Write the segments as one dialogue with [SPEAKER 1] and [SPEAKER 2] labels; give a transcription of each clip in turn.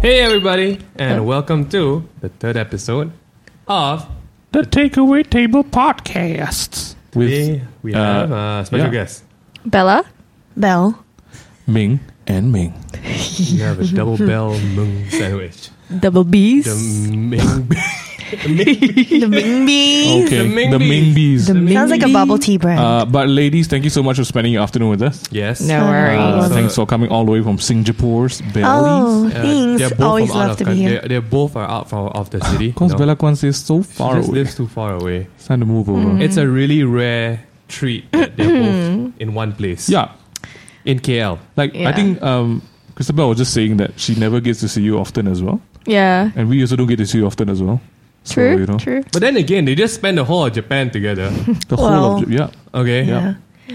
[SPEAKER 1] Hey, everybody, and welcome to the third episode of
[SPEAKER 2] The Takeaway Table Podcasts with
[SPEAKER 1] Today We
[SPEAKER 2] uh,
[SPEAKER 1] have a special
[SPEAKER 2] yeah.
[SPEAKER 1] guest.
[SPEAKER 3] Bella? Bell.
[SPEAKER 2] Ming and Ming.
[SPEAKER 1] We have a double bell moon sandwich.
[SPEAKER 3] Double B's.
[SPEAKER 1] The Ming.
[SPEAKER 4] The Ming Bees.
[SPEAKER 2] Okay,
[SPEAKER 1] Ming
[SPEAKER 2] the Ming Bees.
[SPEAKER 3] The
[SPEAKER 4] Sounds like a
[SPEAKER 3] Ming
[SPEAKER 4] bubble
[SPEAKER 3] Bee.
[SPEAKER 4] tea brand.
[SPEAKER 2] Uh, but ladies, thank you so much for spending your afternoon with us.
[SPEAKER 1] yes.
[SPEAKER 3] No worries.
[SPEAKER 2] Uh,
[SPEAKER 1] so-
[SPEAKER 2] thanks for coming all the way from Singapore's Belize.
[SPEAKER 4] oh,
[SPEAKER 1] Uh, they're
[SPEAKER 4] thanks.
[SPEAKER 1] both
[SPEAKER 4] Always
[SPEAKER 1] from out
[SPEAKER 4] love
[SPEAKER 1] of
[SPEAKER 4] to be
[SPEAKER 1] coun-
[SPEAKER 4] here.
[SPEAKER 1] They're, they're both are out from of the city.
[SPEAKER 2] Of course,
[SPEAKER 1] you know.
[SPEAKER 2] Bella Mm-hmm. Kwan is so
[SPEAKER 1] She
[SPEAKER 2] far
[SPEAKER 1] just
[SPEAKER 2] away.
[SPEAKER 1] lives too far away.
[SPEAKER 2] It's time to move over.
[SPEAKER 4] Mm-hmm.
[SPEAKER 1] It's a really rare treat that they're both in one place.
[SPEAKER 2] Yeah,
[SPEAKER 1] In KL.
[SPEAKER 2] like I
[SPEAKER 3] Yeah.
[SPEAKER 2] think um, Christabel was just saying that she never gets to see you often as well,
[SPEAKER 3] Yeah.
[SPEAKER 2] and we also don't get to see you often as well. So,
[SPEAKER 3] True.
[SPEAKER 2] Oh, you know,
[SPEAKER 3] True.
[SPEAKER 1] But then again, they just spend the whole of Japan together.
[SPEAKER 2] the whole
[SPEAKER 4] Well-
[SPEAKER 2] of yeah.
[SPEAKER 1] Okay.
[SPEAKER 4] Yeah.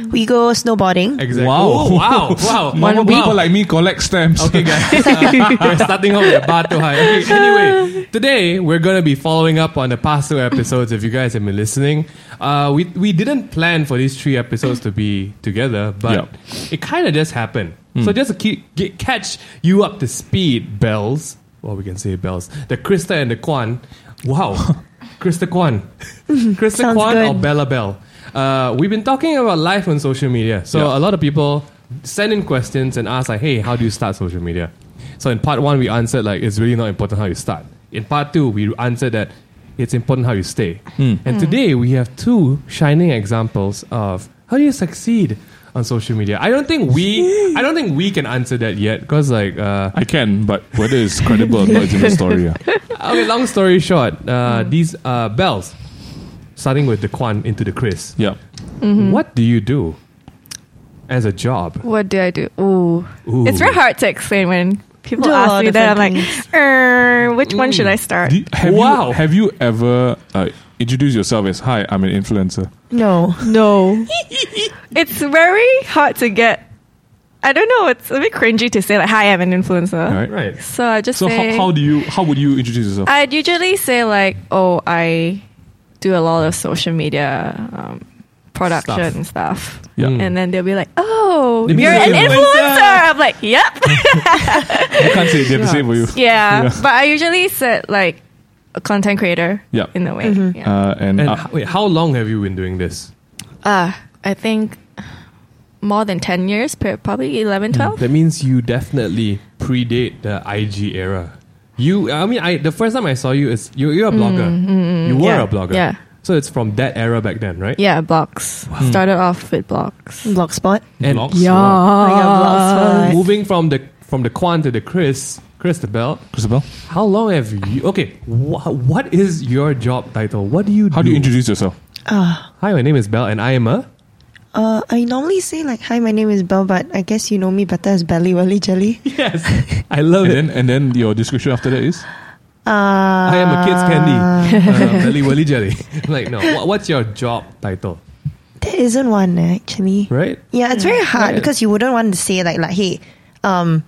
[SPEAKER 4] We go snowboarding.
[SPEAKER 1] Exactly.
[SPEAKER 2] Wow.
[SPEAKER 1] Oh, wow. Wow.
[SPEAKER 2] Normal
[SPEAKER 1] wow.
[SPEAKER 2] people like me collect stamps.
[SPEAKER 1] Okay, guys. Uh, we're starting off with bar too high. Okay, anyway, today we're going to be following up on the past two episodes. If you guys have been listening, uh, we we didn't plan for these three episodes to be together, but it kind of just happened. So just to keep, get, catch you up to speed, bells. Well, we can say bells. The Krista and the Kwan. Wow, Krista Kwan, Krista
[SPEAKER 4] Sounds
[SPEAKER 1] Kwan or
[SPEAKER 4] good.
[SPEAKER 1] Bella Bell. Uh, we've been talking about life on social media. So
[SPEAKER 2] Yeah.
[SPEAKER 1] a lot of people send in questions and ask like, "Hey, how do you start social media?" So in part one, we answered like, "It's really not important how you start." In part two, we answered that it's important how you stay.
[SPEAKER 4] Hmm.
[SPEAKER 1] And today we have two shining examples of how do you succeed on social media. I don't think we, I don't think we can answer that yet because like. Uh,
[SPEAKER 2] I can, but whether it's credible or not is another story. Yeah.
[SPEAKER 1] okay, long story short, uh,
[SPEAKER 4] Hmm.
[SPEAKER 1] these uh, bells, starting with the Kwan into the Chris.
[SPEAKER 2] yeah.
[SPEAKER 1] What do you do as a job?
[SPEAKER 3] What do I do? Ooh.
[SPEAKER 1] Ooh.
[SPEAKER 3] It's very hard to explain when people
[SPEAKER 4] Do a lot
[SPEAKER 3] ask
[SPEAKER 4] of
[SPEAKER 3] me that. I'm
[SPEAKER 4] different
[SPEAKER 3] like, er, which one should I start?
[SPEAKER 2] Do you- have
[SPEAKER 1] Wow.
[SPEAKER 2] You, have you ever uh, introduced yourself as "Hi, I'm an influencer"?
[SPEAKER 4] No.
[SPEAKER 3] No. it's very hard to get. I don't know. It's a bit cringy to say, like, hi, I'm an influencer.
[SPEAKER 2] Right.
[SPEAKER 1] Right.
[SPEAKER 3] So I just
[SPEAKER 2] So
[SPEAKER 3] say.
[SPEAKER 2] how, how do you how would you introduce yourself?
[SPEAKER 3] I'd usually say, like, oh, I do a lot of social media um, production
[SPEAKER 1] Stuff.
[SPEAKER 3] and stuff.
[SPEAKER 2] yeah.
[SPEAKER 1] Mm.
[SPEAKER 3] And then they'll be like, oh,
[SPEAKER 1] They
[SPEAKER 3] you're
[SPEAKER 1] mean
[SPEAKER 3] an
[SPEAKER 1] influencer."
[SPEAKER 3] influencer. I'm like, yep.
[SPEAKER 2] You can't say they're the same for you.
[SPEAKER 3] Yeah,
[SPEAKER 2] Yeah.
[SPEAKER 3] but I usually said like a content creator.
[SPEAKER 2] Yeah.
[SPEAKER 3] in a way.
[SPEAKER 4] Mm-hmm.
[SPEAKER 3] Yeah.
[SPEAKER 2] Uh, and
[SPEAKER 1] And
[SPEAKER 2] uh,
[SPEAKER 1] h- wait, how long have you been doing this?
[SPEAKER 3] Uh, I think more than ten years, pr- probably 11,
[SPEAKER 4] Mm,
[SPEAKER 3] 12.
[SPEAKER 1] That means you definitely predate the IG era. You, I mean, I the first time I saw you is you, you're a blogger. you were
[SPEAKER 4] Yeah,
[SPEAKER 1] a blogger.
[SPEAKER 3] yeah.
[SPEAKER 1] So it's from that era back then, right?
[SPEAKER 3] Yeah, blocks. Started off with blocks.
[SPEAKER 4] Blogspot.
[SPEAKER 1] And
[SPEAKER 2] Blogs?
[SPEAKER 3] Ah.
[SPEAKER 4] Oh, my God, Blogspot.
[SPEAKER 1] moving from the from the Quan to the Chris, Chris the Bell.
[SPEAKER 2] Christabel,
[SPEAKER 1] How long have you? Okay, wh- what is your job title? What do you?
[SPEAKER 2] how do you introduce yourself?
[SPEAKER 1] Hi, my name is Bell, and I am a.
[SPEAKER 4] Uh, I normally say like, "Hi, my name is Belle," but I guess you know me better as Belly Welly Jelly.
[SPEAKER 1] Yes, I love it.
[SPEAKER 2] And then and then your description after that is
[SPEAKER 4] Uh,
[SPEAKER 1] I
[SPEAKER 4] I
[SPEAKER 1] am a kid's candy. Uh, belly willy jelly. like, no. What, what's your job title?
[SPEAKER 4] There isn't one eh, actually.
[SPEAKER 1] Right?
[SPEAKER 4] Yeah, it's very hard
[SPEAKER 1] Right.
[SPEAKER 4] because you wouldn't want to say like, like, "Hey, um,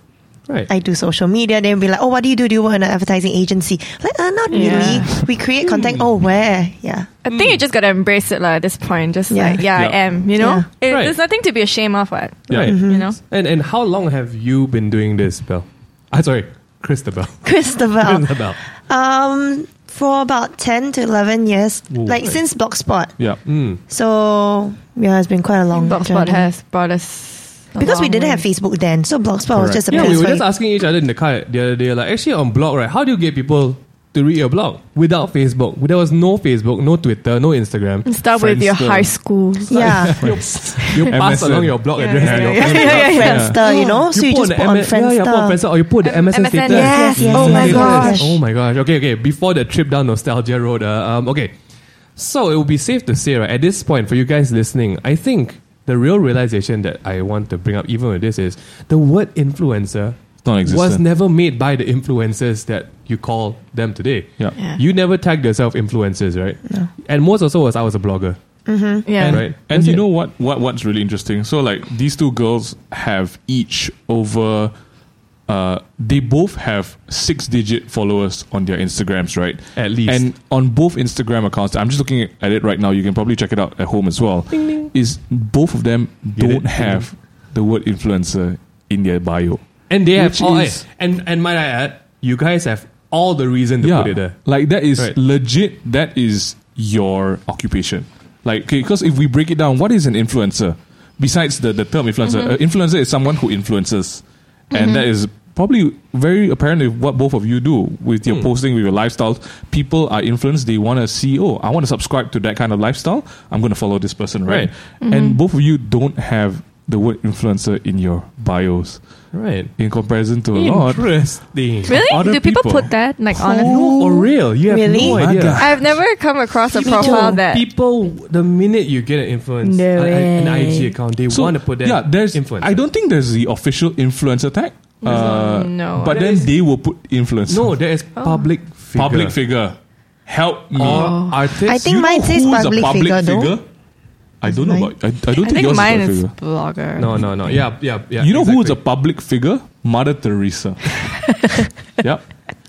[SPEAKER 1] Right.
[SPEAKER 4] I do social media." Then be like, "Oh, what do you do? Do you work in an advertising agency?" Like, uh, not
[SPEAKER 3] Yeah.
[SPEAKER 4] really. We create content.
[SPEAKER 2] Hmm.
[SPEAKER 4] Oh, where? Yeah.
[SPEAKER 3] I think you just gotta embrace it like, at this point. Just
[SPEAKER 4] Yeah.
[SPEAKER 3] like yeah, I
[SPEAKER 2] Yeah.
[SPEAKER 3] am. You know, It-
[SPEAKER 1] Right.
[SPEAKER 3] there's nothing to be ashamed of. What
[SPEAKER 2] Yeah.
[SPEAKER 1] Right.
[SPEAKER 4] Hmm.
[SPEAKER 3] you know.
[SPEAKER 1] And, and how long have you been doing this, Bell? Ah, sorry, Christabel.
[SPEAKER 4] Christabel.
[SPEAKER 1] Christabel.
[SPEAKER 4] Um, for about ten to eleven years,
[SPEAKER 2] Ooh.
[SPEAKER 4] like since Blogspot.
[SPEAKER 2] yeah.
[SPEAKER 1] Mm.
[SPEAKER 4] So yeah, it's been quite a long
[SPEAKER 3] Blogspot
[SPEAKER 4] journey.
[SPEAKER 3] has brought us a
[SPEAKER 4] because we
[SPEAKER 3] long
[SPEAKER 4] didn't
[SPEAKER 3] way.
[SPEAKER 4] have Facebook then, so Blogspot was
[SPEAKER 2] Correct.
[SPEAKER 4] just a
[SPEAKER 1] Yeah, we
[SPEAKER 4] place
[SPEAKER 1] were
[SPEAKER 4] where
[SPEAKER 1] just asking each other in the car the other day, like, actually on blog, right? How do you get people to read your blog without Facebook? There was no Facebook, no Twitter, no Instagram.
[SPEAKER 3] And Start with your
[SPEAKER 2] Friendster.
[SPEAKER 3] high school.
[SPEAKER 4] yeah,
[SPEAKER 1] You, you pass
[SPEAKER 2] MSN.
[SPEAKER 1] along your blog
[SPEAKER 3] Yeah,
[SPEAKER 1] address
[SPEAKER 3] yeah,
[SPEAKER 1] to your
[SPEAKER 3] yeah,
[SPEAKER 1] friends.
[SPEAKER 3] yeah, yeah.
[SPEAKER 4] Friendster, you know. so you
[SPEAKER 1] put
[SPEAKER 4] just put
[SPEAKER 1] M-
[SPEAKER 4] on
[SPEAKER 1] yeah,
[SPEAKER 4] Friendster.
[SPEAKER 1] yeah, put on Friendster, or you put the
[SPEAKER 3] M-
[SPEAKER 1] MSN,
[SPEAKER 3] MSN,
[SPEAKER 1] status.
[SPEAKER 3] yes,
[SPEAKER 4] yes,
[SPEAKER 1] Oh
[SPEAKER 4] yes,
[SPEAKER 1] my
[SPEAKER 4] yes.
[SPEAKER 1] gosh.
[SPEAKER 4] Yes.
[SPEAKER 1] Oh my gosh. Okay, okay. Before the trip down nostalgia road, uh, um, okay. So it would be safe to say, right, at this point, for you guys listening, I think the real realization that I want to bring up, even with this, is the word influencer
[SPEAKER 2] Non-existent.
[SPEAKER 1] was never made by the influencers that you call them today.
[SPEAKER 2] Yeah.
[SPEAKER 3] Yeah.
[SPEAKER 1] You never tagged yourself influencers, right?
[SPEAKER 4] No.
[SPEAKER 1] And most also was I was a blogger,
[SPEAKER 3] Yeah.
[SPEAKER 1] right?
[SPEAKER 2] And
[SPEAKER 1] That's
[SPEAKER 2] you
[SPEAKER 1] it.
[SPEAKER 2] know what, what what's really interesting? So like these two girls have each over uh they both have six digit followers on their Instagrams, right?
[SPEAKER 1] At least.
[SPEAKER 2] And on both Instagram accounts, I'm just looking at it right now, you can probably check it out at home as well. Is both of them
[SPEAKER 1] Get it?
[SPEAKER 2] don't have the word influencer in their bio.
[SPEAKER 1] And they have
[SPEAKER 2] Which
[SPEAKER 1] all, eh,
[SPEAKER 2] is-
[SPEAKER 1] and and might I add, you guys have all the reason to put it there.
[SPEAKER 2] Like that is
[SPEAKER 1] Right.
[SPEAKER 2] legit. That is your occupation. Like because if we break it down, what is an influencer? Besides the the term influencer, a influencer is someone who influences, and that is probably very apparent with what both of you do with
[SPEAKER 1] Hmm.
[SPEAKER 2] your posting with your lifestyle. People are influenced. They want to see. Oh, I want to subscribe to that kind of lifestyle. I'm going to follow this person, right? And both of you don't have the word influencer in your bios
[SPEAKER 1] Right.
[SPEAKER 2] in comparison to a lot.
[SPEAKER 1] Interesting.
[SPEAKER 2] Other
[SPEAKER 3] Really? Do people,
[SPEAKER 2] people.
[SPEAKER 3] put that like on?
[SPEAKER 1] Oh, no, for real? You have
[SPEAKER 4] Really?
[SPEAKER 1] no
[SPEAKER 2] My
[SPEAKER 1] idea.
[SPEAKER 2] God.
[SPEAKER 3] I've never come across a
[SPEAKER 4] Me
[SPEAKER 3] profile
[SPEAKER 4] too.
[SPEAKER 3] that
[SPEAKER 1] People, the minute you get an influence,
[SPEAKER 3] No
[SPEAKER 1] a- a- an
[SPEAKER 3] way.
[SPEAKER 1] IG account, they want to put that
[SPEAKER 2] yeah, there's,
[SPEAKER 1] influence.
[SPEAKER 2] I don't think there's the official influencer tag. Uh,
[SPEAKER 3] no.
[SPEAKER 2] But
[SPEAKER 1] There
[SPEAKER 2] then
[SPEAKER 1] is-
[SPEAKER 2] they will put influencer.
[SPEAKER 1] No, there is
[SPEAKER 2] Oh.
[SPEAKER 1] public figure.
[SPEAKER 2] public figure. Help me.
[SPEAKER 1] Or artist.
[SPEAKER 4] I think
[SPEAKER 2] You know
[SPEAKER 4] mine says
[SPEAKER 2] who's
[SPEAKER 4] public
[SPEAKER 2] a public
[SPEAKER 4] figure, though.
[SPEAKER 2] I don't know
[SPEAKER 4] Mine.
[SPEAKER 2] about. I, I don't
[SPEAKER 3] I
[SPEAKER 2] think,
[SPEAKER 3] think
[SPEAKER 2] yours
[SPEAKER 3] mine
[SPEAKER 2] is a
[SPEAKER 3] is
[SPEAKER 2] figure.
[SPEAKER 3] blogger.
[SPEAKER 1] No, no, no. Yeah, yeah, yeah.
[SPEAKER 2] you know who is a
[SPEAKER 1] exactly.
[SPEAKER 2] public figure? Mother Teresa. yep,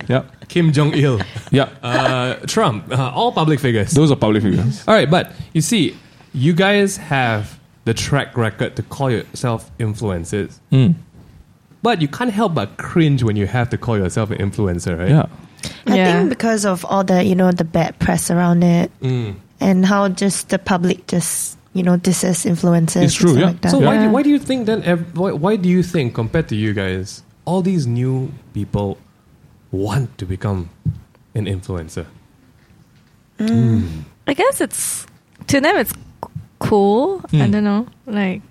[SPEAKER 2] yep,
[SPEAKER 1] Kim Jong Il,
[SPEAKER 2] yep.
[SPEAKER 1] uh, Trump, uh, all public figures.
[SPEAKER 2] Those are public figures.
[SPEAKER 1] All right, but you see, you guys have the track record to call yourself influencers, but you can't help but cringe when you have to call yourself an influencer, right?
[SPEAKER 2] Yeah.
[SPEAKER 4] I
[SPEAKER 3] Yeah.
[SPEAKER 4] think because of all the you know the bad press around it
[SPEAKER 2] Hmm.
[SPEAKER 4] and how just the public just you know disses influencers.
[SPEAKER 2] It's true,
[SPEAKER 4] and stuff
[SPEAKER 2] yeah.
[SPEAKER 4] Like that.
[SPEAKER 1] So why,
[SPEAKER 3] Yeah.
[SPEAKER 1] do, why do you think then? ev- Why, why do you think compared to you guys, all these new people want to become an influencer?
[SPEAKER 3] I guess it's to them it's c- cool.
[SPEAKER 2] Hmm.
[SPEAKER 3] I don't know. Like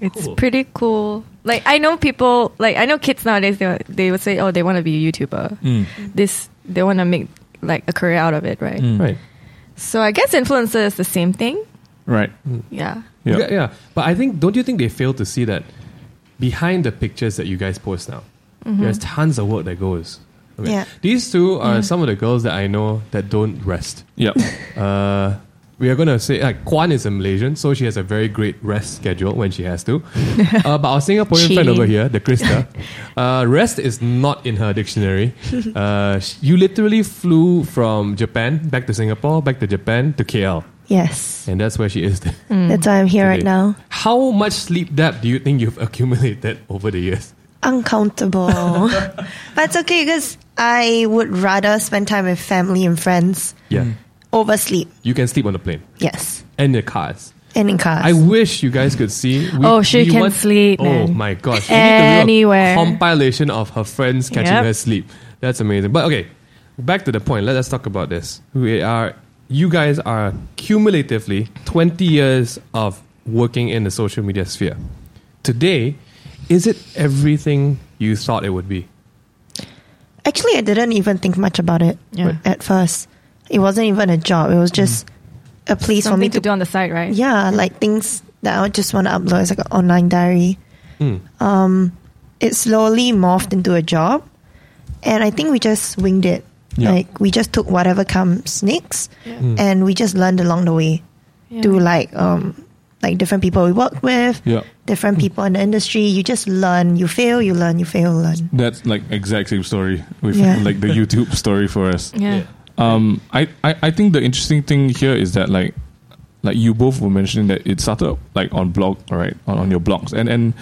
[SPEAKER 3] it's
[SPEAKER 1] Cool.
[SPEAKER 3] pretty cool. Like I know people like I know kids nowadays they they would say oh they want to be a YouTuber.
[SPEAKER 2] Hmm.
[SPEAKER 3] This they want to make like a career out of it, right?
[SPEAKER 2] Hmm.
[SPEAKER 1] Right.
[SPEAKER 3] So I guess influencer is the same thing.
[SPEAKER 2] Right.
[SPEAKER 3] Yeah.
[SPEAKER 2] Yeah.
[SPEAKER 1] Yeah, yeah. But I think, don't you think they fail to see that behind the pictures that you guys post now, there's tons of work that goes. I mean,
[SPEAKER 4] Mm-hmm. Yeah.
[SPEAKER 1] These two are some of the girls that I know that don't rest.
[SPEAKER 2] Yep.
[SPEAKER 1] Uh, we are going to say, like, Kwan is a Malaysian, so she has a very great rest schedule when she has to. Uh, but our Singaporean friend
[SPEAKER 3] Chilling.
[SPEAKER 1] over here, the Krista, uh, rest is not in her dictionary. Uh, sh- you literally flew from Japan back to Singapore, back to Japan to KL.
[SPEAKER 4] Yes,
[SPEAKER 1] And that's where she is.
[SPEAKER 3] Hmm.
[SPEAKER 4] that's why I'm here right
[SPEAKER 1] Today.
[SPEAKER 4] now.
[SPEAKER 1] How much sleep debt do you think you've accumulated over the years?
[SPEAKER 4] Uncountable, but it's okay because I would rather spend time with family and friends
[SPEAKER 1] Yeah.
[SPEAKER 4] over sleep.
[SPEAKER 1] You can sleep on the plane
[SPEAKER 4] Yes,
[SPEAKER 1] and the cars.
[SPEAKER 4] and in cars.
[SPEAKER 1] I wish you guys could see. We-
[SPEAKER 3] Oh, she
[SPEAKER 1] we
[SPEAKER 3] can sleep,
[SPEAKER 1] Oh
[SPEAKER 3] man.
[SPEAKER 1] my gosh. We need to do a
[SPEAKER 3] Anywhere.
[SPEAKER 1] compilation of her friends catching
[SPEAKER 3] Yep.
[SPEAKER 1] her sleep. That's amazing. But okay, back to the point. Let us talk about this. We are, you guys are cumulatively 20 years of working in the social media sphere. Today, is it everything you thought it would be?
[SPEAKER 4] Actually, I didn't even think much about it
[SPEAKER 3] Yeah. Right.
[SPEAKER 4] at first. It wasn't even a job. It was just a place for me
[SPEAKER 3] Something
[SPEAKER 4] to
[SPEAKER 3] to do on the side, right?
[SPEAKER 4] yeah, like things that I would just want to upload. It's like an online diary.
[SPEAKER 1] Hmm.
[SPEAKER 4] Um, it slowly morphed into a job, and I think we just winged it.
[SPEAKER 2] Yeah.
[SPEAKER 4] Like we just took whatever comes next,
[SPEAKER 3] Yeah.
[SPEAKER 4] and we just learned along the way
[SPEAKER 3] Yeah.
[SPEAKER 4] Hmm. to like um like different people we work with,
[SPEAKER 2] Yeah.
[SPEAKER 4] different people in the industry. You just learn. You fail. You learn. You fail. Learn.
[SPEAKER 2] That's like exact same story with
[SPEAKER 4] Yeah.
[SPEAKER 2] like the YouTube story for us.
[SPEAKER 3] Yeah.
[SPEAKER 2] Um, I, I, I think the interesting thing here is that like like you both were mentioning that it started like on blog right on, on your blogs and and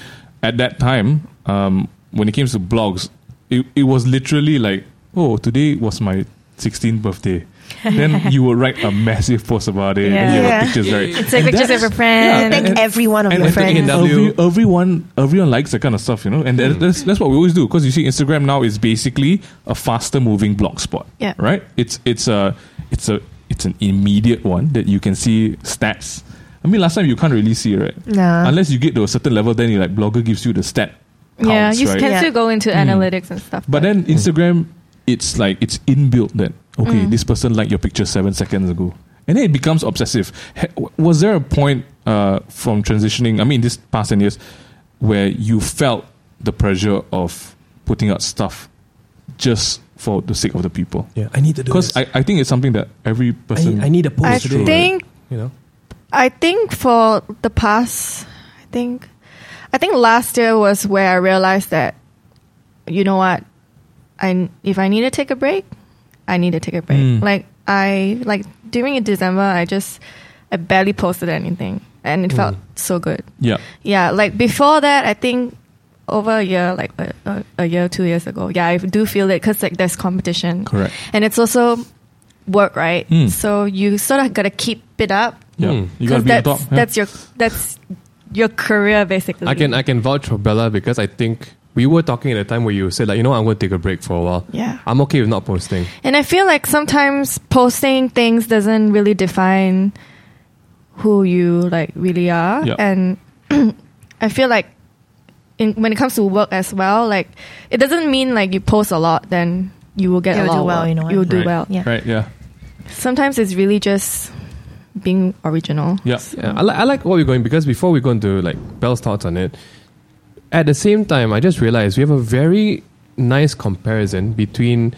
[SPEAKER 2] at that time um, when it came to blogs it, it was literally like oh today was my 16th birthday then you would write a massive post about it and you
[SPEAKER 4] Yeah.
[SPEAKER 2] have pictures right
[SPEAKER 3] It's
[SPEAKER 2] And
[SPEAKER 3] like pictures
[SPEAKER 2] that's-
[SPEAKER 3] of your friends.
[SPEAKER 2] yeah,
[SPEAKER 4] Thank
[SPEAKER 2] and-
[SPEAKER 4] every one of
[SPEAKER 2] and
[SPEAKER 4] your
[SPEAKER 2] I think
[SPEAKER 1] in
[SPEAKER 4] friends.
[SPEAKER 2] Every, everyone, everyone likes that kind of stuff, you know, and
[SPEAKER 3] Mm.
[SPEAKER 2] that, that's that's what we always do. Because you see, Instagram now is basically a faster moving blog spot.
[SPEAKER 3] Yeah.
[SPEAKER 2] Right. It's it's a it's a it's an immediate one that you can see stats. I mean, last time you can't really see, right?
[SPEAKER 4] Nah.
[SPEAKER 2] Unless you get to a certain level, then you like blogger gives you the stat.
[SPEAKER 3] Yeah,
[SPEAKER 2] counts,
[SPEAKER 3] you
[SPEAKER 2] right? Hmm.
[SPEAKER 3] can
[SPEAKER 4] Yeah.
[SPEAKER 3] still go into analytics and stuff.
[SPEAKER 2] But then Instagram, it's like it's inbuilt that okay, this person liked your picture seven seconds ago, and then it becomes obsessive. Ha- w- Was there a point uh, from transitioning? I mean, this past ten years, where you felt the pressure of putting out stuff just for the sake of the people?
[SPEAKER 1] Yeah, I need to do
[SPEAKER 2] Because I, I think it's something that every person
[SPEAKER 1] need a post.
[SPEAKER 3] I
[SPEAKER 2] true, right?
[SPEAKER 3] think
[SPEAKER 1] you know.
[SPEAKER 3] I think for the past, I think, I think last year was where I realized that, you know what, I if I need to take a break, I need to take a break.
[SPEAKER 2] Mm.
[SPEAKER 3] Like I like during December, I just I barely posted anything. and it
[SPEAKER 2] Mm.
[SPEAKER 3] felt so good.
[SPEAKER 2] Yeah.
[SPEAKER 3] Yeah, like before that, I think over a year, like a, a, a year, two years ago. Yeah, I do feel it because like there's competition,
[SPEAKER 2] Correct.
[SPEAKER 3] and it's also work, right?
[SPEAKER 2] Mm.
[SPEAKER 3] So you sort of gotta keep it up.
[SPEAKER 2] Yeah.
[SPEAKER 1] Hmm.
[SPEAKER 2] You gotta
[SPEAKER 3] 'cause
[SPEAKER 2] be on
[SPEAKER 3] that's,
[SPEAKER 2] top. yeah.
[SPEAKER 3] That's your that's your career basically.
[SPEAKER 1] I can I can vouch for Bella because I think we were talking at a time where you said like you know what, I'm going to take a break for a while.
[SPEAKER 3] Yeah.
[SPEAKER 1] I'm okay with not posting.
[SPEAKER 3] And I feel like sometimes posting things doesn't really define who you like really are.
[SPEAKER 2] Yeah.
[SPEAKER 3] And I feel like in, when it comes to work as well, like it doesn't mean like you post a lot, then you will get a
[SPEAKER 4] You'll
[SPEAKER 3] lot.
[SPEAKER 4] do
[SPEAKER 3] of
[SPEAKER 4] well,
[SPEAKER 3] work.
[SPEAKER 4] you know what?
[SPEAKER 3] You'll do
[SPEAKER 1] Right.
[SPEAKER 3] well.
[SPEAKER 4] Yeah.
[SPEAKER 2] Right. Yeah.
[SPEAKER 3] Sometimes it's really just being original.
[SPEAKER 2] Yeah.
[SPEAKER 1] Yeah, I, li- I like where we're going because before we go into like Bell's thoughts on it, at the same time, I just realized we have a very nice comparison between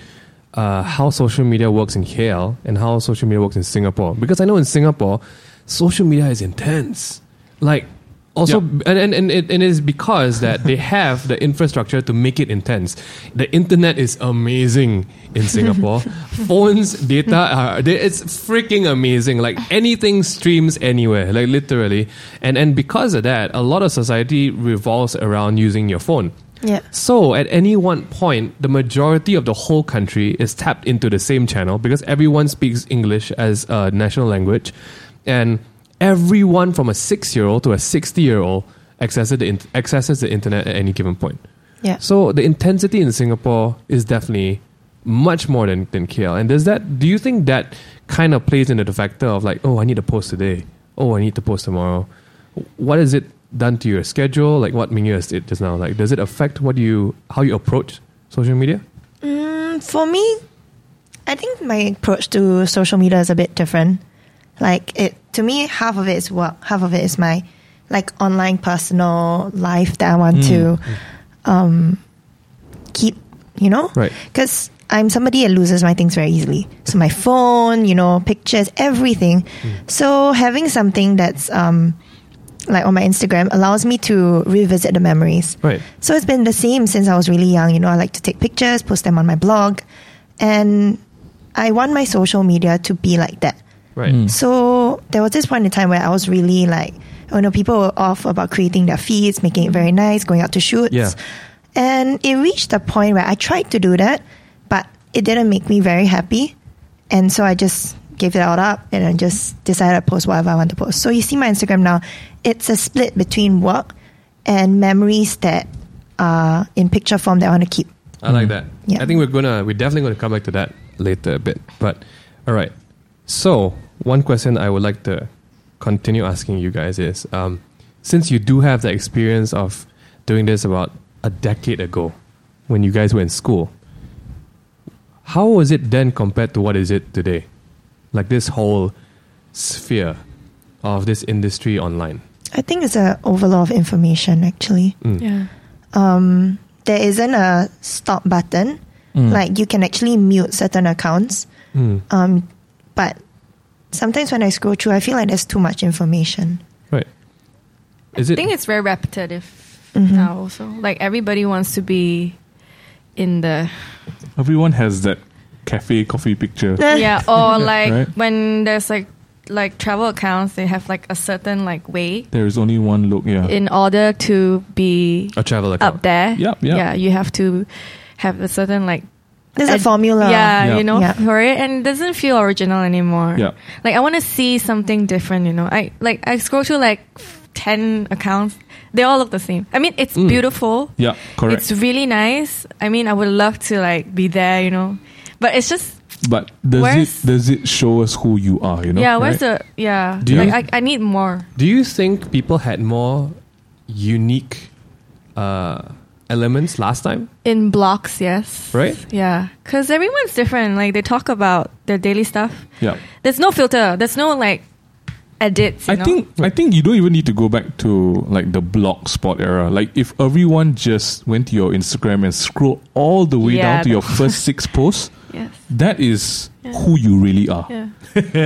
[SPEAKER 1] uh, how social media works in KL and how social media works in Singapore. Because I know in Singapore, social media is intense. Like, also,
[SPEAKER 2] Yeah.
[SPEAKER 1] and, and, and, it, and it is because that they have the infrastructure to make it intense. The internet is amazing in Singapore. Phones, data, are, they, it's freaking amazing. Like anything streams anywhere, like literally. And, and because of that, a lot of society revolves around using your phone.
[SPEAKER 4] Yeah.
[SPEAKER 1] So, at any one point, the majority of the whole country is tapped into the same channel because everyone speaks English as a national language, and everyone from a six-year-old to a sixty-year-old accesses the in- accesses the internet at any given point.
[SPEAKER 4] Yeah.
[SPEAKER 1] So, the intensity in Singapore is definitely much more than than KL. And does that? Do you think that kind of plays into the factor of like, oh, I need to post today. Oh, I need to post tomorrow what has it done to your schedule? Like what Mingyu has did just now. Like does it affect what you how you approach social media?
[SPEAKER 4] Mm, for me, I think my approach to social media is a bit different. Like it to me, half of it is work, half of it is my like online personal life that I want to um, keep. You know,
[SPEAKER 1] Right.
[SPEAKER 4] Because I'm somebody that loses my things very easily. So my phone, you know, pictures, everything. So having something that's um, like on my Instagram allows me to revisit the memories.
[SPEAKER 1] Right.
[SPEAKER 4] So it's been the same since I was really young. You know, I like to take pictures, post them on my blog, and I want my social media to be like that.
[SPEAKER 1] Right.
[SPEAKER 4] Hmm.
[SPEAKER 2] Mm.
[SPEAKER 4] So there was this point in time where I was really like, oh no, people were off about creating their feeds, making it very nice, going out to shoots.
[SPEAKER 1] Yeah.
[SPEAKER 4] And it reached a point where I tried to do that, but it didn't make me very happy. And so I just gave it all up and I just decided to post whatever I want to post. So you see my Instagram now, it's a split between work and memories that are in picture form that I want to keep.
[SPEAKER 1] I
[SPEAKER 3] Mm.
[SPEAKER 1] like that.
[SPEAKER 4] Yeah.
[SPEAKER 1] I think we're gonna we're definitely gonna come back to that later a bit. But all right. So one question I would like to continue asking you guys is um, since you do have the experience of doing this about a decade ago when you guys were in school, how was it then compared to what is it today? Like this whole sphere of this industry online.
[SPEAKER 4] I think it's a overload of information actually.
[SPEAKER 1] Mm.
[SPEAKER 3] Yeah.
[SPEAKER 4] um, there isn't a stop button.
[SPEAKER 2] Mm.
[SPEAKER 4] Like you can actually mute certain accounts.
[SPEAKER 1] Mm.
[SPEAKER 4] Um, but sometimes when I scroll through, I feel like there's too much information.
[SPEAKER 1] Right. Is
[SPEAKER 3] I
[SPEAKER 1] it
[SPEAKER 3] think it's very repetitive
[SPEAKER 4] Mhm.
[SPEAKER 3] now also. Like everybody wants to be in the
[SPEAKER 2] Everyone has that cafe coffee picture.
[SPEAKER 3] yeah or like
[SPEAKER 2] Right.
[SPEAKER 3] when there's like like travel accounts they have like a certain like way
[SPEAKER 2] There is only one look. Yeah.
[SPEAKER 3] in order to be
[SPEAKER 1] a travel account?
[SPEAKER 3] up there
[SPEAKER 2] Yep, yep.
[SPEAKER 3] yeah you have to have a certain like
[SPEAKER 4] There's a
[SPEAKER 3] ad-
[SPEAKER 4] formula.
[SPEAKER 3] yeah,
[SPEAKER 2] Yeah.
[SPEAKER 3] you know
[SPEAKER 4] Yeah.
[SPEAKER 3] for it and it doesn't feel original anymore
[SPEAKER 2] Yeah.
[SPEAKER 3] like i want to see something different you know i like i scroll through like 10 accounts they all look the same i mean it's
[SPEAKER 1] Mm.
[SPEAKER 3] beautiful
[SPEAKER 2] Yeah. Correct.
[SPEAKER 3] it's really nice i mean i would love to like be there you know but it's just
[SPEAKER 2] But does
[SPEAKER 3] Where's-
[SPEAKER 2] it does it show us who you are? You know.
[SPEAKER 3] yeah where's
[SPEAKER 2] right?
[SPEAKER 3] the yeah
[SPEAKER 1] Do
[SPEAKER 3] like,
[SPEAKER 1] you-
[SPEAKER 3] I, I need more
[SPEAKER 1] Do you think people had more unique uh, elements last time?
[SPEAKER 3] In blocks, yes.
[SPEAKER 1] Right?
[SPEAKER 3] Yeah. Because everyone's different. Like, they talk about their daily stuff.
[SPEAKER 2] yeah.
[SPEAKER 3] There's no filter. There's no, like, edits. You
[SPEAKER 2] I
[SPEAKER 3] know?
[SPEAKER 2] think I think you don't even need to go back to like the blog spot era. Like if everyone just went to your Instagram and scroll all the way down
[SPEAKER 3] Yeah,
[SPEAKER 2] to
[SPEAKER 3] that-
[SPEAKER 2] your first six posts,
[SPEAKER 3] Yes.
[SPEAKER 2] that is
[SPEAKER 3] Yeah.
[SPEAKER 2] who you really are.
[SPEAKER 3] Yeah.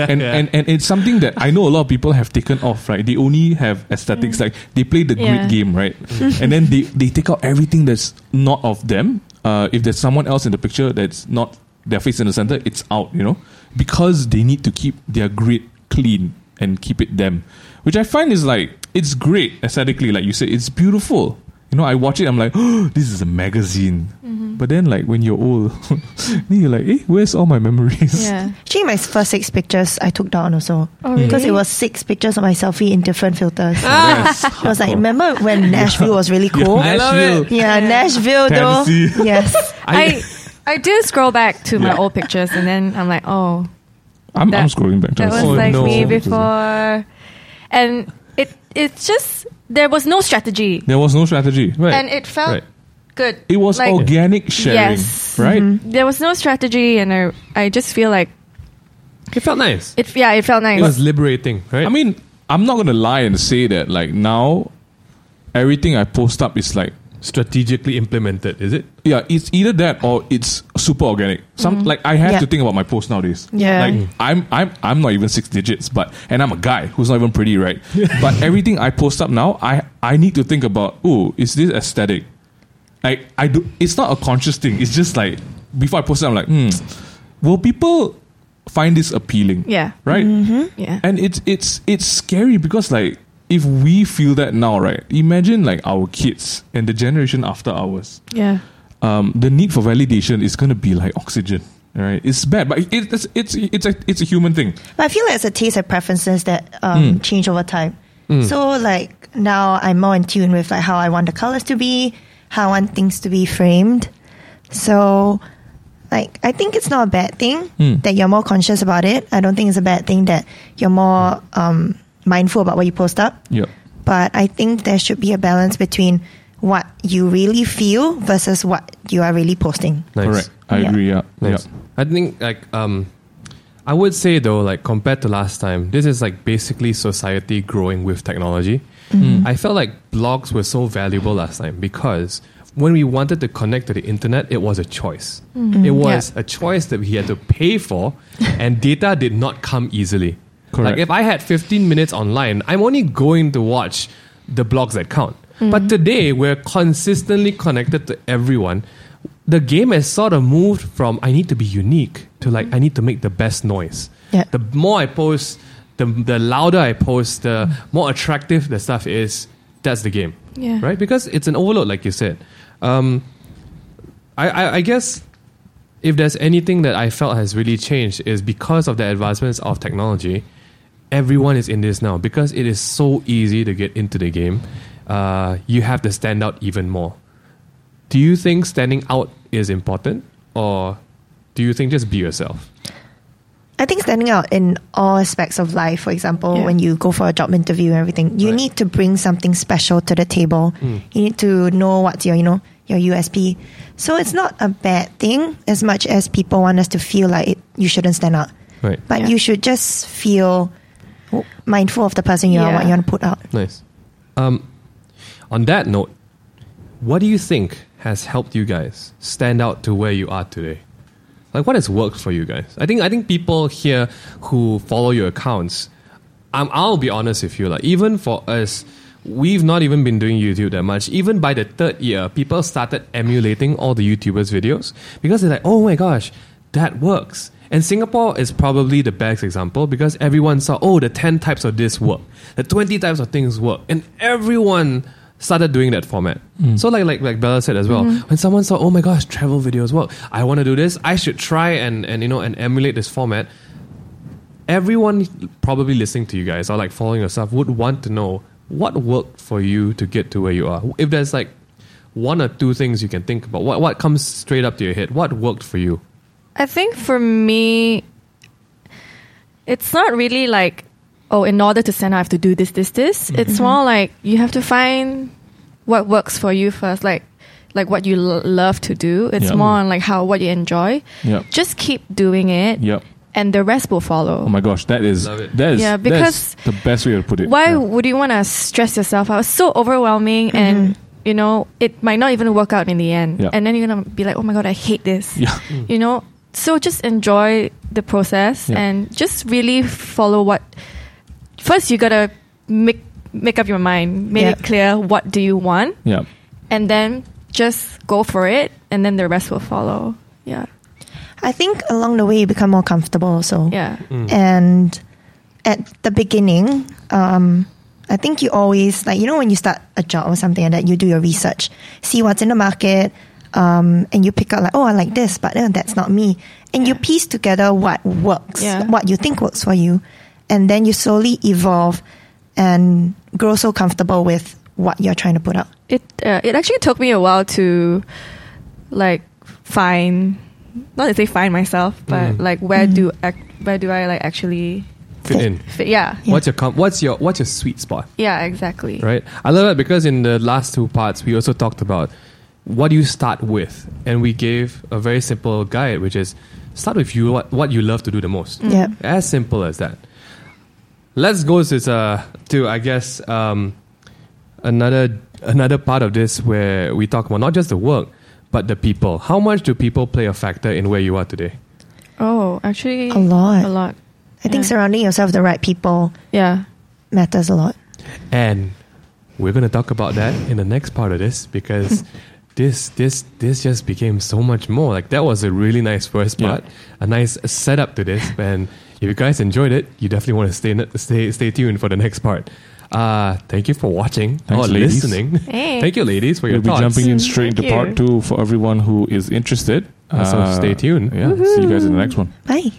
[SPEAKER 2] and, and and it's something that I know a lot of people have taken off, right? They only have aesthetics, like they play the
[SPEAKER 3] Yeah.
[SPEAKER 2] grid game, right? and then they, they take out everything that's not of them. Uh, if there's someone else in the picture that's not their face in the center, it's out, you know, because they need to keep their grid clean and keep it them, which I find is like it's great aesthetically. Like you said, it's beautiful. You know, I watch it. I'm like, oh, this is a magazine. But then, like when you're old, then you're like, eh, where's all my memories?
[SPEAKER 3] Yeah.
[SPEAKER 4] Actually, my first six pictures I took down also.
[SPEAKER 3] Oh,
[SPEAKER 4] Because
[SPEAKER 3] really?
[SPEAKER 4] it was six pictures of my selfie in different filters.
[SPEAKER 2] Yes.
[SPEAKER 4] I was like, remember when Nashville was really cool?
[SPEAKER 1] I love
[SPEAKER 2] Nashville.
[SPEAKER 1] it.
[SPEAKER 4] Yeah, Nashville though.
[SPEAKER 2] Tennessee.
[SPEAKER 4] Yes.
[SPEAKER 1] I-
[SPEAKER 3] I I do scroll back to my
[SPEAKER 2] Yeah.
[SPEAKER 3] old pictures and then I'm like, oh,
[SPEAKER 2] I'm, I'm
[SPEAKER 3] That-
[SPEAKER 2] scrolling back. to
[SPEAKER 3] that
[SPEAKER 2] my
[SPEAKER 3] was
[SPEAKER 1] Oh,
[SPEAKER 2] phone.
[SPEAKER 3] like
[SPEAKER 1] no.
[SPEAKER 3] me before, and it it's just there was no strategy
[SPEAKER 2] There was no strategy. Right.
[SPEAKER 3] and it felt
[SPEAKER 1] Right.
[SPEAKER 3] good.
[SPEAKER 2] it was
[SPEAKER 3] like,
[SPEAKER 2] organic sharing,
[SPEAKER 3] Yes. Mm-hmm.
[SPEAKER 2] right?
[SPEAKER 3] Mm. There was no strategy, and I I just feel like
[SPEAKER 1] It felt nice.
[SPEAKER 3] it. Yeah, it felt nice.
[SPEAKER 1] It was liberating, right?
[SPEAKER 2] I mean, I'm not gonna lie and say that like now, everything I post up is like
[SPEAKER 1] strategically implemented, is it?
[SPEAKER 2] yeah, it's either that or it's super organic. Some like I have
[SPEAKER 4] Mm. Yeah.
[SPEAKER 2] to think about my post nowadays.
[SPEAKER 4] Yeah.
[SPEAKER 2] like I'm I'm I'm not even six digits, but and I'm a guy who's not even pretty, right? but everything I post up now, I I need to think about. Oh, is this aesthetic? Like I do. It's not a conscious thing. It's just like before I post it, I'm like, hmm, will people find this appealing?
[SPEAKER 3] Yeah.
[SPEAKER 2] Right.
[SPEAKER 4] Mm-hmm.
[SPEAKER 3] yeah.
[SPEAKER 2] And it's it's it's scary because like if we feel that now, right? Imagine like our kids and the generation after ours.
[SPEAKER 3] yeah.
[SPEAKER 2] Um, the need for validation is gonna be like oxygen. Right? It's bad, but it, it's it's it's a it's a human thing.
[SPEAKER 4] But I feel like it's a taste and preferences that um, change over time. So like now I'm more in tune with like how I want the colors to be, how I want things to be framed. So like I think it's not a bad thing that you're more conscious about it. I don't think it's a bad thing that you're more um, mindful about what you post up.
[SPEAKER 2] Yeah.
[SPEAKER 4] But I think there should be a balance between what you really feel versus what you are really posting.
[SPEAKER 1] Nice.
[SPEAKER 2] Correct. I
[SPEAKER 4] Yeah.
[SPEAKER 2] agree. Yeah.
[SPEAKER 1] Nice.
[SPEAKER 2] Yeah.
[SPEAKER 1] I think like um, I would say though, like compared to last time, this is like basically society growing with technology. I felt like blogs were so valuable last time because when we wanted to connect to the internet, it was a choice. It was a choice that we had to pay for, and data did not come easily.
[SPEAKER 2] Correct.
[SPEAKER 1] Like if I had 15 minutes online, I'm only going to watch the blogs that count. But today, we're consistently connected to everyone. The game has sort of moved from I need to be unique to like I need to make the best noise.
[SPEAKER 4] Yeah.
[SPEAKER 1] The more I post, the, the louder I post, the more attractive the stuff is. That's the game.
[SPEAKER 3] Yeah.
[SPEAKER 1] Right? Because it's an overload, like you said. Um, I, I, I guess if there's anything that I felt has really changed is because of the advancements of technology, everyone is in this now because it is so easy to get into the game. Uh, you have to stand out even more. Do you think standing out is important, or do you think just be yourself?
[SPEAKER 4] I think standing out in all aspects of life, for example,
[SPEAKER 3] Yeah.
[SPEAKER 4] when you go for a job interview and everything, you
[SPEAKER 1] Right.
[SPEAKER 4] need to bring something special to the table.
[SPEAKER 3] Hmm.
[SPEAKER 4] You need to know what's your, you know, your USP. So it's not a bad thing as much as people want us to feel like it, you shouldn't stand out.
[SPEAKER 1] Right.
[SPEAKER 4] But
[SPEAKER 3] Yeah.
[SPEAKER 4] you should just feel w- mindful of the person you are,
[SPEAKER 3] Yeah.
[SPEAKER 4] what you want to put out.
[SPEAKER 1] Nice. Um, on that note, what do you think has helped you guys stand out to where you are today? Like, what has worked for you guys? I think I think people here who follow your accounts, um, I'll be honest with you, like even for us, we've not even been doing YouTube that much. Even by the third year, people started emulating all the YouTubers' videos because they're like, oh my gosh, that works. And Singapore is probably the best example because everyone saw, oh, the 10 types of this work, the 20 types of things work. And everyone started doing that format. So like like like Bella said as well, when someone saw, oh my gosh, travel videos work, I want to do this, I should try and, and you know and emulate this format everyone probably listening to you guys or like following yourself would want to know what worked for you to get to where you are. If there's like one or two things you can think about, what what comes straight up to your head? What worked for you?
[SPEAKER 3] I think for me, it's not really like, oh, in order to send, I have to do this, this, this. It's more like you have to find what works for you first, like like what you l- love to do. It's
[SPEAKER 2] Yeah.
[SPEAKER 3] more on like how what you enjoy.
[SPEAKER 2] Yeah.
[SPEAKER 3] Just keep doing it,
[SPEAKER 2] Yep.
[SPEAKER 3] and the rest will follow.
[SPEAKER 2] Oh my gosh, that is
[SPEAKER 1] Love it.
[SPEAKER 2] that is
[SPEAKER 3] Yeah,
[SPEAKER 2] that is
[SPEAKER 3] because
[SPEAKER 2] the best way to put it.
[SPEAKER 3] Why
[SPEAKER 2] Yeah.
[SPEAKER 3] would you want to stress yourself out? It's so overwhelming, and you know it might not even work out in the end.
[SPEAKER 2] Yeah.
[SPEAKER 3] And then you're gonna be like, "Oh my god, I hate this."
[SPEAKER 2] Yeah.
[SPEAKER 3] You know, so just enjoy the process
[SPEAKER 2] Yeah.
[SPEAKER 3] and just really follow what. First, you gotta make make up your mind, make it
[SPEAKER 4] Yeah.
[SPEAKER 3] clear what do you want,
[SPEAKER 2] Yeah.
[SPEAKER 3] and then just go for it, and then the rest will follow. Yeah, Mm.
[SPEAKER 4] I think along the way you become more comfortable also.
[SPEAKER 3] yeah,
[SPEAKER 4] And at the beginning, um, I think you always like you know when you start a job or something like that, you do your research, see what's in the market, um, and you pick out like oh I like this, but uh, that's not me, and you piece together what works,
[SPEAKER 3] Yeah.
[SPEAKER 4] what you think works for you, and then you slowly evolve and grow so comfortable with what you're trying to put out.
[SPEAKER 3] it uh, it actually took me a while to like find not to say find myself, but
[SPEAKER 1] Mm.
[SPEAKER 3] like where
[SPEAKER 4] Mm.
[SPEAKER 3] do ac- where do I like actually
[SPEAKER 1] Fit in.
[SPEAKER 3] fit? Yeah,
[SPEAKER 4] Yeah.
[SPEAKER 1] What's your com- what's your what's your sweet spot?
[SPEAKER 3] yeah, exactly.
[SPEAKER 1] Right? I love it because in the last two parts we also talked about what do you start with? And we gave a very simple guide which is start with you what, what you love to do the most.
[SPEAKER 3] Mm.
[SPEAKER 4] Yeah.
[SPEAKER 1] As simple as that. Let's go to uh, to I guess um, another another part of this where we talk about not just the work but the people. How much do people play a factor in where you are today?
[SPEAKER 3] Oh, actually,
[SPEAKER 4] A lot.
[SPEAKER 3] a lot.
[SPEAKER 4] I think
[SPEAKER 3] Yeah.
[SPEAKER 4] surrounding yourself with the right people
[SPEAKER 3] Yeah,
[SPEAKER 4] matters a lot.
[SPEAKER 1] And we're gonna talk about that in the next part of this because this this this just became so much more. Like that was a really nice first
[SPEAKER 2] Yeah.
[SPEAKER 1] part, a nice setup to this. And if you guys enjoyed it, you definitely want to stay stay stay tuned for the next part. Uh, thank you for watching
[SPEAKER 2] Thanks,
[SPEAKER 1] or
[SPEAKER 2] ladies.
[SPEAKER 1] listening.
[SPEAKER 3] Thanks.
[SPEAKER 1] Thank you, ladies, for
[SPEAKER 2] We'll
[SPEAKER 1] your
[SPEAKER 2] be
[SPEAKER 1] thoughts.
[SPEAKER 2] jumping in straight
[SPEAKER 3] Thank
[SPEAKER 2] into part
[SPEAKER 3] you.
[SPEAKER 2] two for everyone who is interested. Uh,
[SPEAKER 1] So Uh, stay tuned.
[SPEAKER 2] Yeah. See you guys in the next one.
[SPEAKER 4] Bye.